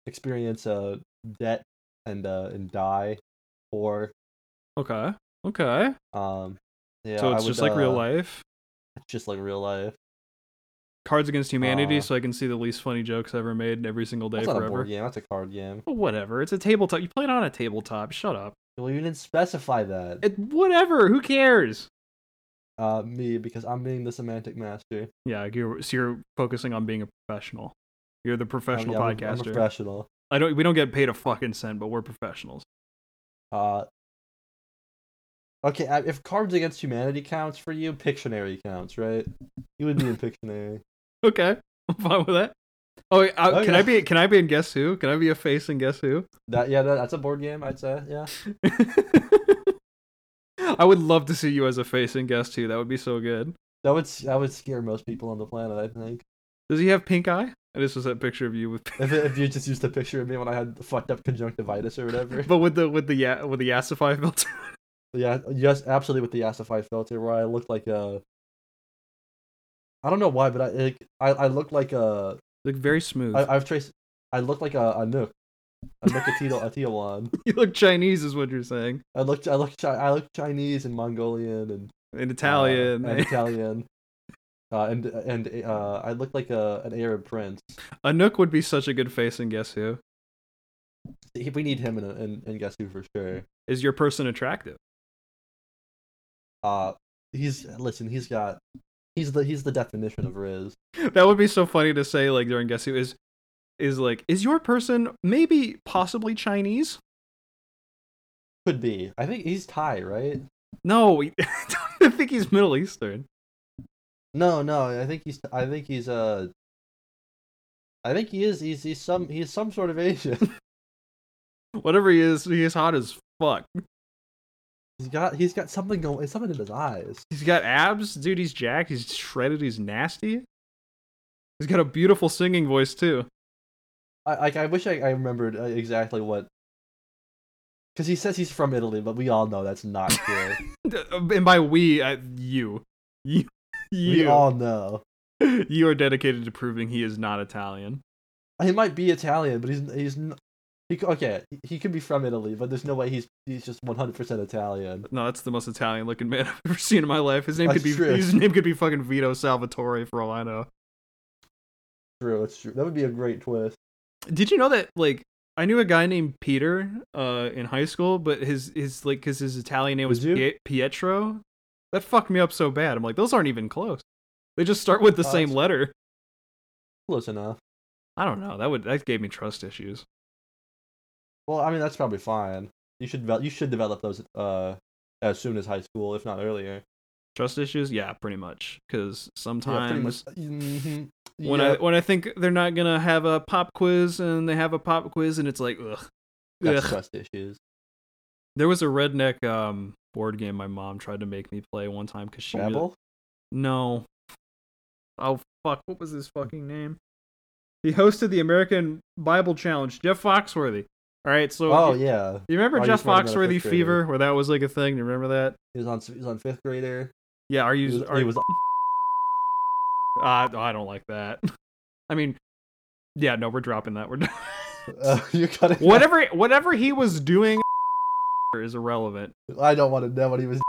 experience uh debt and uh and die, or Okay, okay. um. Yeah, so I it's would, just like real uh, life. It's just like real life. Cards Against Humanity, uh, so I can see the least funny jokes ever made every single day That's not a forever. board game. That's a card game. But whatever, it's a tabletop. You play it on a tabletop. Shut up. Well, you didn't specify that. It, whatever. Who cares? Uh, me because I'm being the semantic master. Yeah, you're, so you're focusing on being a professional. You're the I'm- professional Oh, yeah, I'm a- I'm a podcaster. professional. I don't. We don't get paid a fucking cent, but we're professionals. Uh, okay, I- if Cards Against Humanity counts for you, Pictionary counts, right? You would be in Pictionary. Okay, I'm fine with that. Oh, wait, I, Oh, can yeah. I be? Can I be in Guess Who? Can I be a face in Guess Who? That yeah, that, that's a board game, I'd say. Yeah, I would love to see you as a face in Guess Who. That would be so good. that would s- that would scare most people on the planet. I think Does he have pink eye? I just was that picture of you with, if if you just used a picture of me when I had the fucked up conjunctivitis or whatever. but with the with the ya- with the Yassify filter. yeah, yes, absolutely with the acidified filter where I looked like a. I don't know why, but I like, I I looked like a Look very smooth. I, I've traced. I looked like a, a nook, a nookatito, a Tiawan. you look Chinese, is what you're saying. I looked I looked Chi- I looked Chinese and Mongolian and In Italian, eh? uh, and Italian. Uh, and and uh, I look like a an Arab prince. Anouk would be such a good face in Guess Who. He- We need him in, a- in, in Guess Who for sure. Is your person attractive? Uh, he's listen. He's got he's the he's the definition of Riz. That would be so funny to say like during Guess Who is is like is your person maybe possibly Chinese? Could be. I think he's Thai, right? No, I don't even think he's Middle Eastern. No, no. I think he's I think he's uh. I think he is. He's he's some he's some sort of Asian. Whatever he is, he is hot as fuck. he's got he's got something going something in his eyes. He's got abs, dude. He's jacked. He's shredded. He's nasty. He's got a beautiful singing voice too. I like I wish I, I remembered uh, exactly what. Because he says he's from Italy, but we all know that's not true. And by we, I, you, you, we you, all know. you are dedicated to proving he is not Italian. He might be Italian, but he's he's n- he c- okay. He could be from Italy, but there's no way he's he's just 100 percent Italian. No, that's the most Italian looking man I've ever seen in my life. His name could That's be true. his name could be fucking Vito Salvatore for all I know. True, it's true. That would be a great twist. Did you know that like I knew a guy named Peter uh in high school, but his his like cuz his Italian name was Did you? Pie- Pietro. That fucked me up so bad. I'm like those aren't even close. They just start with the Oh, same that's- letter. Close enough. I don't know. That would that gave me trust issues. Well, I mean that's probably fine. You should develop you should develop those uh as soon as high school, if not earlier. Trust issues? Yeah, pretty much cuz Yeah, pretty much. sometimes Mhm. when Yeah, I when I think they're not going to have a pop quiz and they have a pop quiz and it's like ugh. that's ugh. trust issues. There was a redneck um board game my mom tried to make me play one time because she was, Scrabble? no. Oh fuck! What was his fucking name? He hosted the American Bible Challenge. Jeff Foxworthy. All right, so Oh you, yeah, you remember Oh, you Jeff just wanted to know Foxworthy fifth grader. fever, where that was like a thing? You remember that? he was on he was on fifth grader. Yeah. Are He you? was, are, he was Uh, I don't like that. I mean, yeah, no, we're dropping that. We're done. uh, you gotta whatever whatever he was doing is irrelevant. I don't want to know what he was.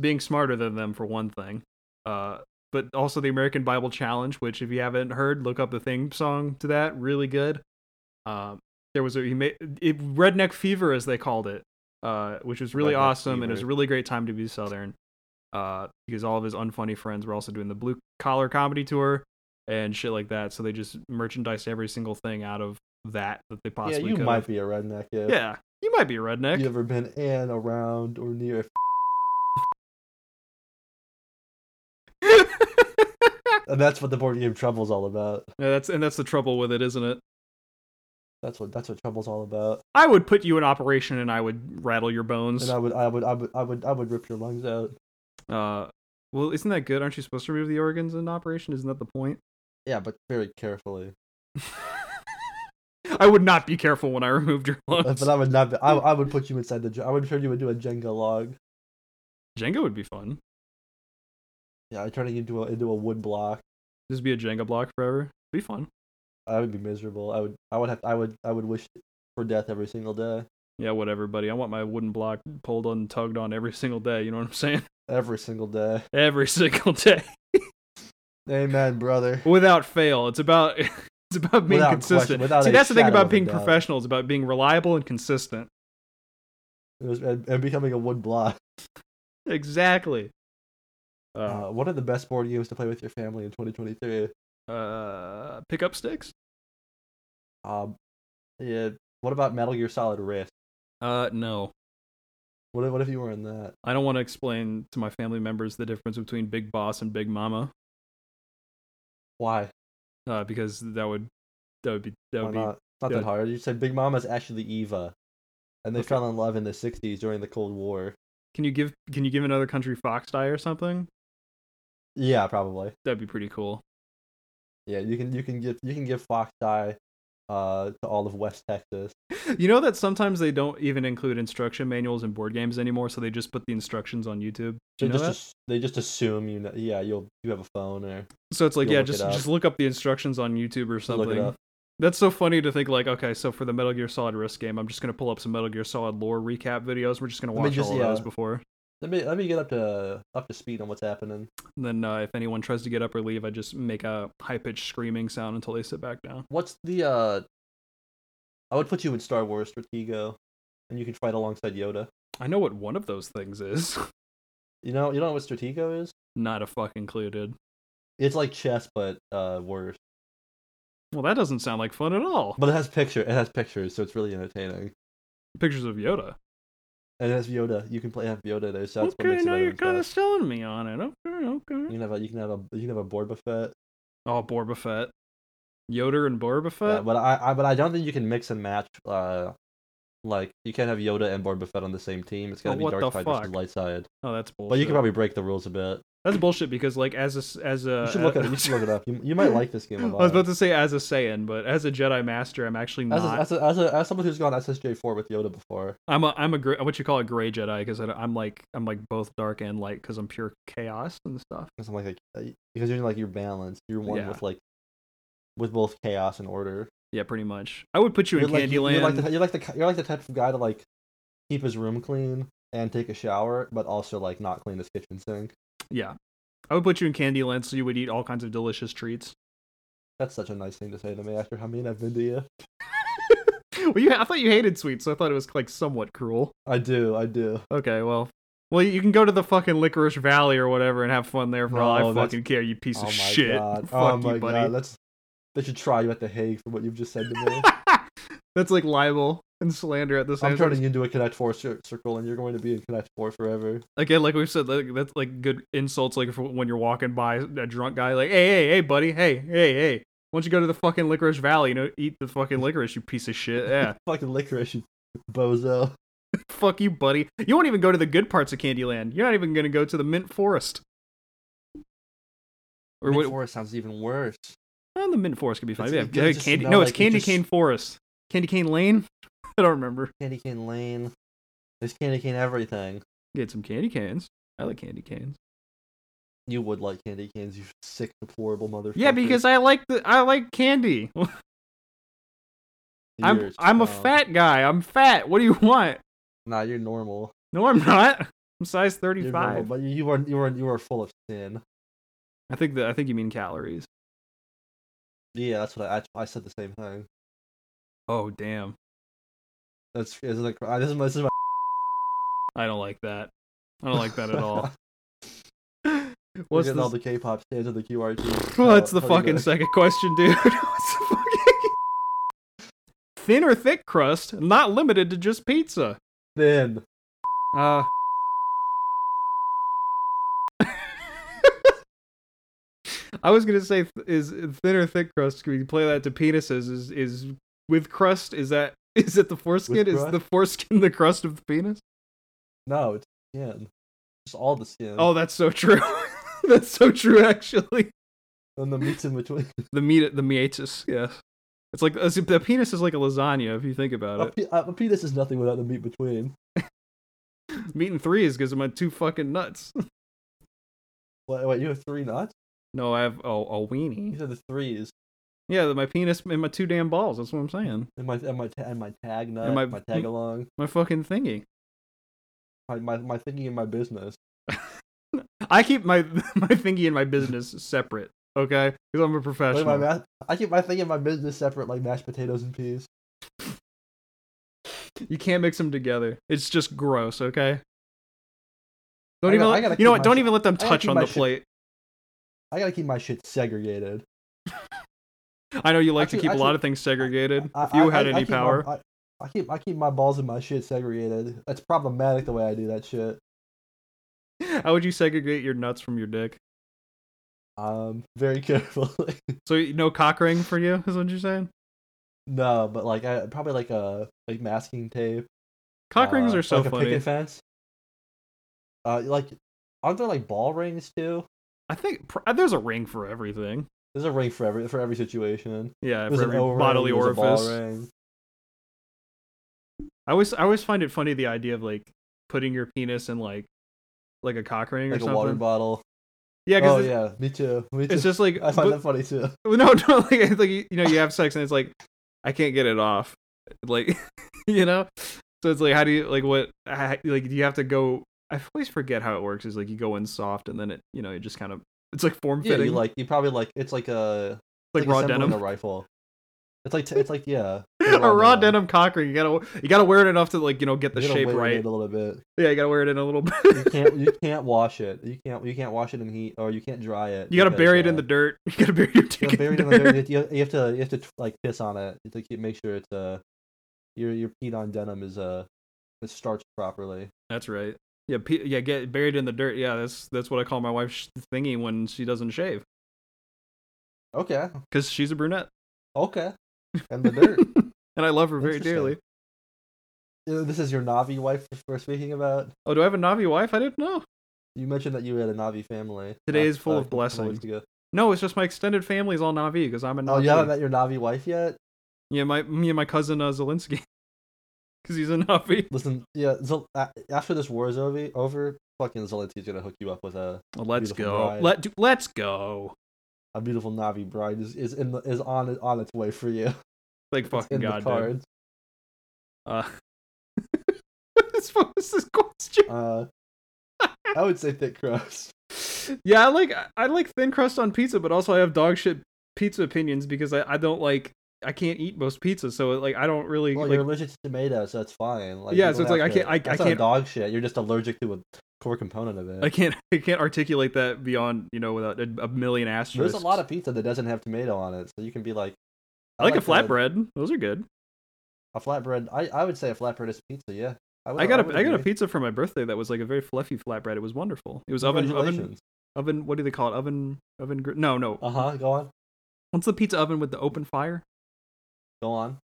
Being smarter than them for one thing, uh, but also the American Bible Challenge, which if you haven't heard, look up the theme song to that. Really good. Um, there was a he made it, Redneck Fever as they called it, uh, which was really Redneck awesome and it was a Fever. really great time to be Southern. Uh, because all of his unfunny friends were also doing the blue collar comedy tour and shit like that, so they just merchandised every single thing out of that that they Yeah, possibly you could. might be a redneck. Yeah. Yeah, you might be a redneck. You ever been in, around, or near? a- And that's what the board game Trouble's all about. Yeah, that's and that's the trouble with it, isn't it? That's what that's what Trouble's all about. I would put you in operation and I would rattle your bones. And I would I would I would I would I would rip your lungs out. Uh, well, isn't that good? Aren't you supposed to remove the organs in operation? Isn't that the point? Yeah, but very carefully. I would not be careful when I removed your lungs. but I would not. Be, I I would put you inside the. Jen- I would turn you into a Jenga log. Jenga would be fun. Yeah, I turn you into a, into a wood block. Just be a Jenga block forever. Be fun. I would be miserable. I would I would have I would I would wish for death every single day. Yeah, whatever, buddy. I want my wooden block pulled on, tugged on every single day. You know what I'm saying? Every single day. Every single day, Amen, brother. without fail. It's about it's about being Without question, consistent. without See, a that's the thing shadow about of a being doubt. professional. It's about being reliable and consistent. It was, and, and becoming a wood block. Exactly. Uh, Uh, what are the best board games to play with your family in 2023? uh, pick up sticks. Um, yeah. What about Metal Gear Solid Risk? Uh, no, What if, what if you were in that? I don't want to explain to my family members the difference between Big Boss and Big Mama, Why? uh, because that would that would be that Why would be not? It's not yeah. that hard. You said Big Mama's actually Eva, and they Okay. fell in love in the 60s during the Cold War. Can you give Can you give another country fox die or something? Yeah, probably. That'd be pretty cool. Yeah, you can you can give you can give Fox Eye uh to all of West Texas. You know that sometimes they don't even include instruction manuals in board games anymore, so they just put the instructions on YouTube. Do They you know just that? ass- they just assume you know yeah, you'll you have a phone or So it's like, You'll yeah, look it just up. just look up the instructions on YouTube or look it something. up. That's so funny to think like, okay, so for the Metal Gear Solid Risk game, I'm just gonna pull up some Metal Gear Solid lore recap videos. We're just gonna Let me watch just- all of those yeah. before. let me let me get up to up to speed on what's happening. And then uh, if anyone tries to get up or leave, I just make a high pitched screaming sound until they sit back down. What's the uh I would put you in Star Wars Stratego and you can fight alongside Yoda. I know what one of those things is. You know you know what Stratego is? Not a fucking clue, dude. It's like chess but uh worse. Well, that doesn't sound like fun at all. But it has picture it has pictures, so it's really entertaining. Pictures of Yoda. And it has Yoda. You can play have Yoda there, so that's what okay, makes it now better you're than kind of chess. selling me on it. Okay, you okay. can have a you can have a you can have a Boba Fett. Oh, Borba Fett. Yoda and Borba Yeah, Fett? but I, I but I don't think you can mix and match. Uh, like you can't have Yoda and Boba Fett on the same team. It's gotta But what be the dark side versus fuck? light side. oh, that's bullshit. But you can probably break the rules a bit. That's bullshit because like as a s- as a You should look it. You should look it up. You, you might like this Uh, game I a lot. was about to say as a Saiyan, but as a Jedi Master, I'm actually as, a, not. as, a, as, a, as someone who's gone SSJ four with Yoda before, I'm a I'm a gray, what you call a gray Jedi because I'm like I'm like both dark and light because I'm pure chaos and stuff. because I'm like, like uh, because you're like you're balanced. You're one Yeah. with like with both chaos and order. Yeah, pretty much. I would put you You're in like, you're Candyland. like the you're like the ki- you're like the type of guy to like keep his room clean and take a shower, but also like not clean his kitchen sink. yeah, I would put you in Candyland so you would eat all kinds of delicious treats. That's such a nice thing to say to me after how mean I've been to you. well, you I thought you hated sweets, so I thought it was like somewhat cruel. I do, I do. Okay, well. Well, you can go to the fucking Licorice Valley or whatever and have fun there for all No, I that's- fucking care, you piece oh of my shit. god. Fuck oh you, my buddy. god. That's they should try you at the Hague for what you've just said to me. That's like libel and slander at the same I'm time. turning you into a Connect Four cir- circle, and you're going to be in Connect Four forever. Again, like we've said, like, that's like good insults. Like for when you're walking by a drunk guy, like, hey, hey, hey, buddy, hey, hey, hey, why don't you go to the fucking Licorice Valley? You know, eat the fucking licorice, you piece of shit. Yeah, Fucking licorice, you bozo. Fuck you, buddy. You won't even go to the good parts of Candyland. You're not even going to go to the Mint Forest. Or Mint what? Forest sounds even worse. Well, the Mint Forest could be fine. It's- Yeah, it does yeah, just candy, smell no, it's like it Candy just- Cane Forest. Candy Cane Lane? I don't remember. Candy cane lane. There's candy cane everything. Get some candy cans. I like candy canes. You would like candy canes, you sick, deplorable motherfucker. Yeah, because I like the I like candy. I'm You're I'm a dumb. fat guy. I'm fat. What do you want? Nah, you're normal. No, I'm not. I'm size You're normal, 35. but you are you are you are full of sin. I think that I think you mean calories. Yeah, that's what I I, I said the same thing. Oh damn. That's isn't it, cr- this is my, this is my I don't like that. I don't like that at all. What's Look at all this? the K-pop stands of the QRT. What's the Uh, what do fucking you second question, dude? What's the fucking thin or thick crust? Not limited to just pizza. got? Thin. Uh. I was gonna say th- is thin or thick crust. Can we play that to penises? Is is with crust? Is that is it the foreskin? Is crust? the foreskin the crust of the penis? No, it's skin. Just all the skin. Oh, that's so true. that's so true. Actually, and the meats in between. the meat, the meatus. Yes, it's like as if the penis is like a lasagna if you think A, about pe- a penis is nothing without the meat between. it. Meat in threes gives them my two fucking nuts. Wait, wait, you have three nuts? No, I have oh, a You weenie. said the threes. Yeah, my penis and my two damn balls. That's what I'm saying. And my and my ta- and my tag nut, my- my, tag along, My fucking thingy. my, my my thinking in my business. I keep my my thingy and my business separate, okay? Because I'm a Like my professional. mas- I keep my thinking in my business separate, like mashed potatoes and peas. you can't mix them together. It's just gross, okay? Don't I even gotta- let- I gotta you know what? keep my Don't shit- even let them gotta touch keep on my the shit- plate. I gotta keep my shit segregated. I know you like to Actually- keep a lot actually- of things segregated. I- if you I- had I- I any keep my- power, I, I keep I keep my balls and my shit segregated. That's problematic the way I do that shit. how would you segregate your nuts from your dick? Um, very carefully. So no cock ring for you is what you're saying? no, but like I probably like a like masking tape. Cock rings uh, are so like A funny. picket fence. Uh, like aren't there like ball rings too? I think pr- there's a ring for everything. There's a ring for every for every situation. Yeah, There's for an every O-ring, bodily there's a ball orifice. ring. I always I always find it funny the idea of like putting your penis in like like a cock ring or like a something. water bottle. Yeah, oh because it's, yeah, me too. Me too. it's just like I find but- that funny too. no, no, like, it's like you know you have sex and it's like I can't get it off, like you know. So it's like how do you like what how, like do you have to go? I always forget how it works. Is like you go in soft and then it you know it just kind of it's like form Yeah, fitting you like you probably like it's like a like, raw assembling denim. a rifle. It's like it's like yeah, A raw, denim cock ring. You gotta you gotta wear it enough to like you know get the You gotta shape wiggle right. it a little bit. Yeah, you gotta wear it in a little bit. You can't you can't wash it. You can't you can't wash it in heat or you can't dry it. You gotta because, bury it uh, in the dirt. You gotta bury your dick You gotta bury it in the dirt. dirt. You you have to you have to like piss on it to keep, make sure it's uh your your peed on denim is uh is starched properly. That's right. Yeah, pe- yeah, get buried in the dirt. Yeah, that's that's what I call my wife's thingy when she doesn't shave Okay, because she's a brunette okay, and the dirt. and I love her very Interesting. dearly. Uh, This is your Navi wife we're speaking about. Oh, do I have a Navi wife? I didn't know. You mentioned that you had a Navi family. Today not- is full uh, of a couple weeks blessings. ago. No, it's just my extended family is all Navi because I'm a Navi. Oh, you haven't met your Navi wife yet? yeah, my me and my cousin uh, Zelensky because he's a Navi. Listen, yeah. Zel- a- after this war is over, over fucking Zelensky's gonna hook you up with a Let's Beautiful go. bride. Let dude, let's go. a beautiful Navi bride is, is in the, is on on its way for you. Like It's fucking in god, the dude. cards. Uh, what is what is this question? Uh, I would say thick crust. Yeah, I like I like thin crust on pizza, but also I have dog shit pizza opinions because I, I don't like I can't eat most pizza, so like I don't really Well, like you're allergic to tomatoes, so that's fine. Like, Yeah, you so don't it's like, have I to- can't- I- I that's can't- Not dog shit. You're just allergic to a core component of it. I can't I can't articulate that beyond you know without a, a million asterisks. There's a lot of pizza that doesn't have tomato on it, so you can be like, I like, a the- flatbread. Those are good. A flatbread. I, I would say a flatbread is pizza. Yeah. would- I got would a I got a agree. pizza for my birthday that was like a very fluffy flatbread. It was wonderful. It was oven oven Congratulations. oven. What do they call it? Oven oven. Gr- no no. Uh huh. Go on. What's the pizza oven with the open fire? Go on.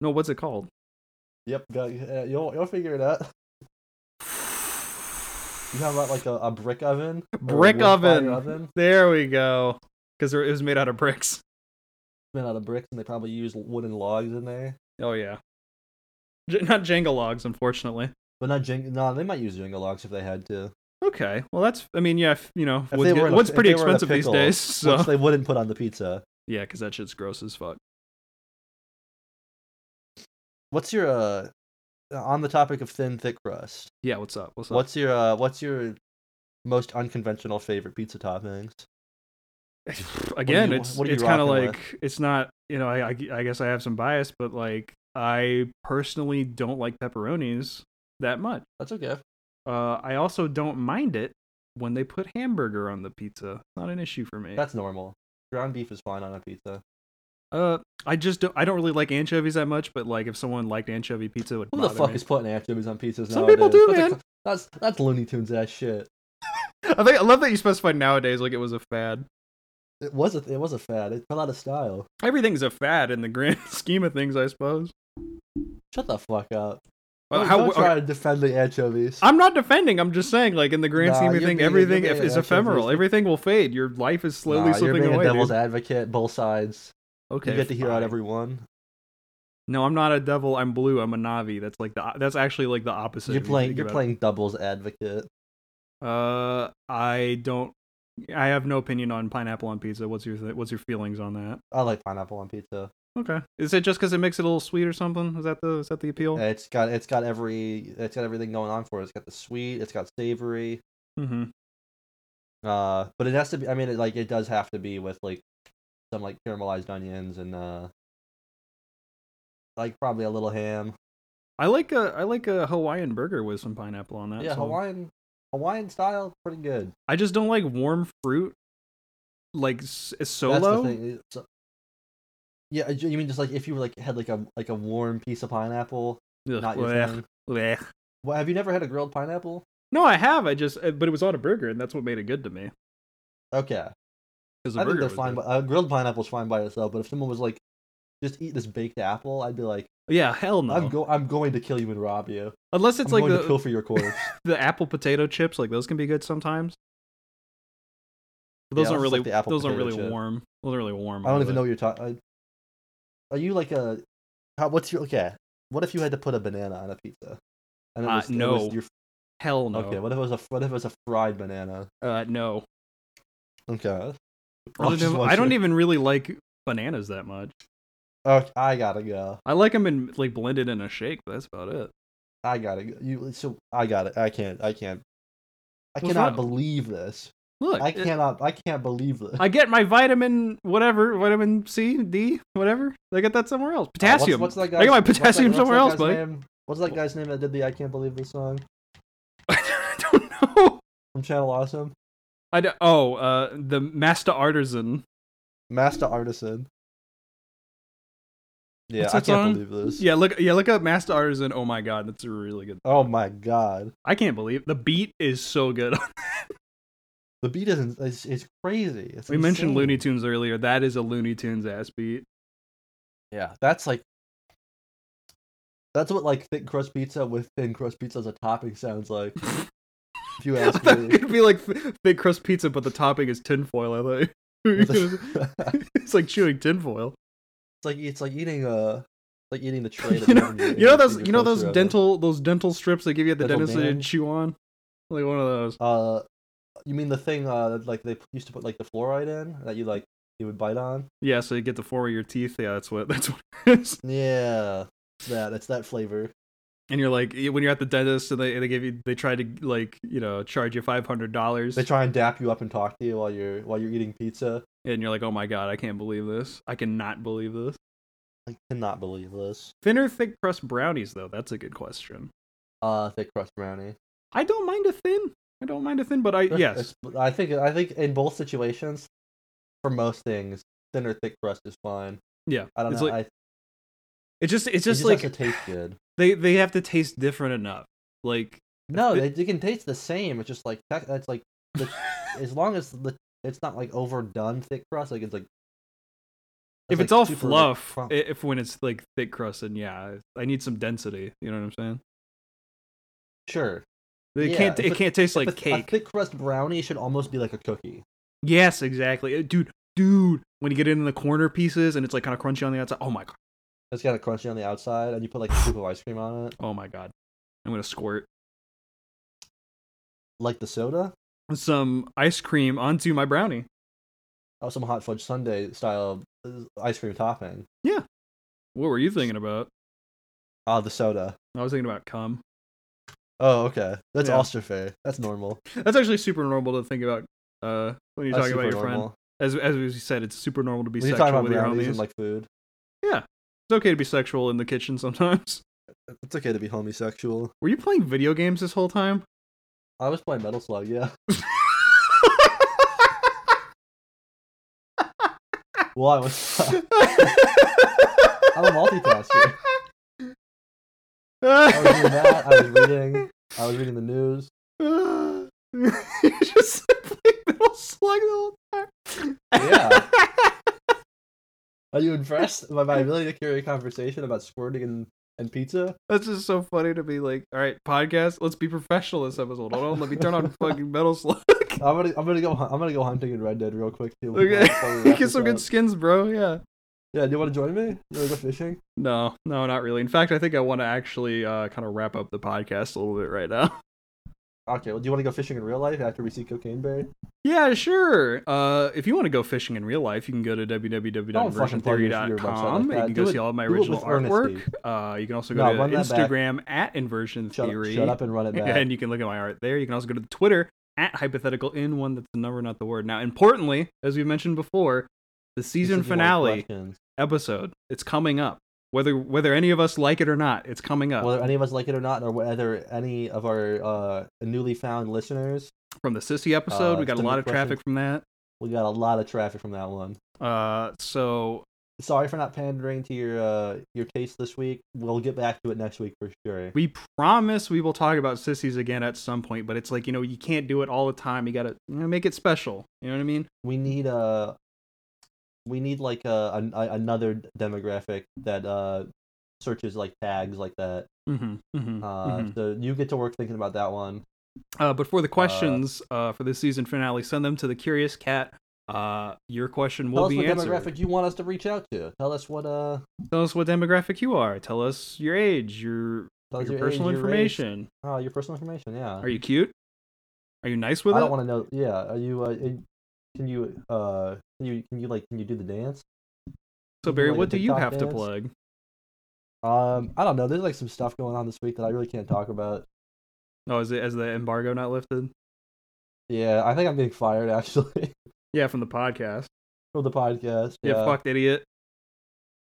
No, what's it called? Yep, got, uh, you'll you'll figure it out. You talking about like a, a brick oven? Or a Brick wood-fired oven. oven? There we go. Because it was made out of bricks. Made out of bricks, and they probably used wooden logs in there. Oh yeah. J- not Jenga logs, unfortunately. But not Jenga. No, they might use Jenga logs if they had to. Okay. Well, that's. I mean, yeah. If, you know, If wood's, they were get- in a- wood's if pretty they were in a expensive these pickle, days. So Which they wouldn't put on the pizza. yeah, because that shit's gross as fuck. What's your uh? On the topic of thin, thick crust, Yeah. What's up? What's up? what's your uh? What's your most unconventional favorite pizza toppings? again you- it's what are you it's kind of rocking like it's not you know I, I I guess i have some bias but like i personally don't like pepperonis that much That's okay. uh i also don't mind it when they put hamburger on the pizza it's not an issue for me That's normal. Ground beef is fine on a pizza. uh i just don't i don't really like anchovies that much but like if someone liked anchovy pizza it would Who the bother fuck me. is putting anchovies on pizzas Some nowadays? people do, that's a man. cl- that's that's Looney Tunes ass shit. i think i love that you specified nowadays like it was a fad It was a it was a fad. It fell out of style. everything's a fad in the grand scheme of things i suppose Shut the fuck up. Uh, Don't- how- don't okay. try to defend the anchovies. I'm not defending. I'm just saying, like in the grand Nah, scheme of you're things, being- everything you're is being ephemeral. absolutist. Everything will fade. Your life is slowly Nah, you're slipping being away. a devil's dude. advocate. Both sides. Okay, you get to hear fine. out everyone. No, I'm not a devil. I'm blue. I'm a Navi. That's like the. That's actually like the opposite. you're if you playing think you're about playing doubles it. advocate. Uh, I don't. I have no opinion on pineapple on pizza. What's your th- What's your feelings on that? I like pineapple on pizza. Okay, is it just because it makes it a little sweet or something? Is that the Is that the appeal? It's got it's got every it's got everything going on for it. It's got the sweet, it's got savory. mm-hmm. Uh but it has to be I mean it, like it does have to be with like some like caramelized onions and uh like probably a little ham. I like a I like a Hawaiian burger with some pineapple on that. yeah, so- Hawaiian Hawaiian style, pretty good. I just don't like warm fruit, like s- That's the solo. thing, it- so- yeah, uh, you you mean just like if you were like had like a like a warm piece of pineapple, Ugh, not your blech, thing. blech. Well, have you never had a grilled pineapple? No, I have. I just, uh, but it was on a burger, and that's what made it good to me. Okay, Because I think they're fine. By, uh, grilled pineapple's fine by itself, but if someone was like, "Just eat this baked apple," I'd be like, yeah, hell no. "I'm go, I'm going to kill you and rob you. Unless it's I'm like going to the, kill for your corpse." the apple potato chips, like those can be good sometimes. But those Yeah, aren't it's like really the apple those aren't potato really chip. warm. Those aren't really warm. I don't are they? even know what you're talking. Are you like a? How, what's your okay? What if you had to put a banana on a pizza? And Uh, it no. your, Hell no. Okay, what if it was a what if it was a fried banana? Uh, no. Okay. I don't, even- I don't e-, even really like bananas that much. Okay, Oh, I gotta go. I like them in like blended in a shake. But that's about it. I gotta go. You so I got it. I can't. I can't. I What's wrong? cannot believe this. Look, I it- cannot. I can't believe this. I get my vitamin whatever, vitamin C, D, whatever. I get that somewhere else. Uh, what's- Potassium. what's that I get guy's- my what's that- potassium what's that somewhere else, guy's buddy. name- What's that guy's name that did the "I Can't Believe This" song I don't know. from Channel Awesome? I don't, oh, uh, the master artisan. Master Artisan. Yeah, What's I that can't song? believe this. Yeah, look, yeah, look up master artisan. Oh my god, that's a really good. Oh my god, I can't believe the beat is so good. the beat isn't. It's, it's crazy. It's we mentioned insane. Looney Tunes earlier. That is a Looney Tunes ass beat. Yeah, that's like. That's what like thick crust pizza with thin crust pizza as a topping sounds like. if you ask me. It'd be like th- thick crust pizza, but the topping is tinfoil. I think it's it's like chewing tinfoil. like it's like eating a like eating the tray. that you know, comes in you your- know in those, your you know toaster those oven. dental, those dental strips they give you at the Dental dentist that you dam? chew on, like one of those. Uh, you mean the thing uh that, like they p- used to put like the fluoride in that you like you would bite on? Yeah, so you get the four of your teeth. Yeah, that's what that's what. It is. Yeah, that it's that flavor. And you're like when you're at the dentist and they they give you they try to like you know charge you five hundred dollars They try and dap you up and talk to you while you're while you're eating pizza. and you're like oh my god I can't believe this I cannot believe this. I cannot believe this. Thinner thick crust brownies though that's a good question. Uh, thick crust brownie. I don't mind a thin. I don't mind a thin, but I yes It's- I think I think in both situations, for most things, thin or thick crust is fine. yeah. I don't it's know. Like, I, it's just it's it just, has like to taste good. they they have to taste different enough. Like No, thi- they, they can taste the same. It's just like that- that's like the, as long as the it's not like overdone thick crust. Like it's like if like, it's all super fluff, crumb- i- if when it's like thick crust, then yeah, I need some density. You know what I'm saying? sure. It Yeah, can't. if It it- can't taste If like it's a cake. thick crust brownie should almost be like a cookie. yes, exactly, Uh, dude. Dude, when you get it in the corner pieces and it's like kind of crunchy on the outside. Oh my god. It's kind of crunchy on the outside, and you put like a scoop of ice cream on it, Oh my god. I'm gonna squirt like the soda. some ice cream onto my brownie. Oh, some hot fudge sundae style uh, ice cream topping. What were you thinking about? Ah, the soda. I was thinking about cum. Oh, okay. That's Yeah. Ulster fair. That's normal. That's actually super normal to think about uh, when you're That's talking about super your friend. normal. As as we said, it's super normal to be When you're sexual talking about with your brownies homies. and like food, it's okay to be sexual in the kitchen sometimes. it's okay to be homosexual. Were you playing video games this whole time? I was playing Metal Slug, yeah. Well, I was. I'm a multitasker. I was doing that. I was reading. I was reading the news. you just said play Metal Slug the whole time. Yeah. Are you impressed by my ability to carry a conversation about squirting and, and pizza? That's just so funny to be like, all right, podcast, let's be professional this episode. Hold on, let me turn on fucking Metal Slug. I'm gonna I'm gonna go hun- I'm gonna go hunting in Red Dead real quick too. before- before we Okay. wrap Get some this good up. skins, bro. Yeah. Yeah, do you want to join me? You want to go fishing? No, no, not really. In fact, I think I want to actually uh, kind of wrap up the podcast a little bit right now. Okay. Well, do you want to go fishing in real life after we see Cocaine Bear? Yeah, sure. Uh, if you want to go fishing in real life, you can go to fucking plug your- your website like www.inversiontheory.com. that. you can Do go it- see all my do it original with earnesty. artwork. Uh, you can also go No, to run that back. Instagram at Inversion Shut, Theory. shut up and run it back. and you can look at my art there. You can also go to the Twitter at hypothetical in one that's the number, not the word. Now, importantly, as we mentioned before, the This season is one of the finale questions. episode it's coming up. Whether whether any of us like it or not, it's coming up Whether any of us like it or not, or whether any of our uh, newly found listeners, from the sissy episode. Uh, we got a send me lot of traffic questions. from that. we got a lot of traffic from that one. Uh, so Sorry for not pandering to your uh, your taste this week. We'll get back to it next week for sure. we promise we will talk about sissies again at some point. But it's like you know you can't do it all the time. You got to you know, make it special. You know what I mean? we need uh we need like uh an, a, another demographic that uh searches like tags like that Mm-hmm, mm-hmm, uh so you get to work thinking about that one Uh, but for the questions uh, for the season finale, send them to the Curious Cat. Uh, your question will tell us be what answered. demographic you want us to reach out to tell us what uh Tell us what demographic you are. Tell us your age, your tell us your, your, personal age, your race. information. oh your personal information yeah Are you cute? Are you nice with i it? don't want to know yeah are you uh in- can you uh can you can you like can you do the dance so do Barry, like a what do you TikTok have to dance? plug? um i don't know there's like some stuff going on this week that i really can't talk about Oh, is it as the embargo not lifted? yeah i think i'm getting fired actually Yeah, from the podcast. from the podcast Yeah, fucked idiot.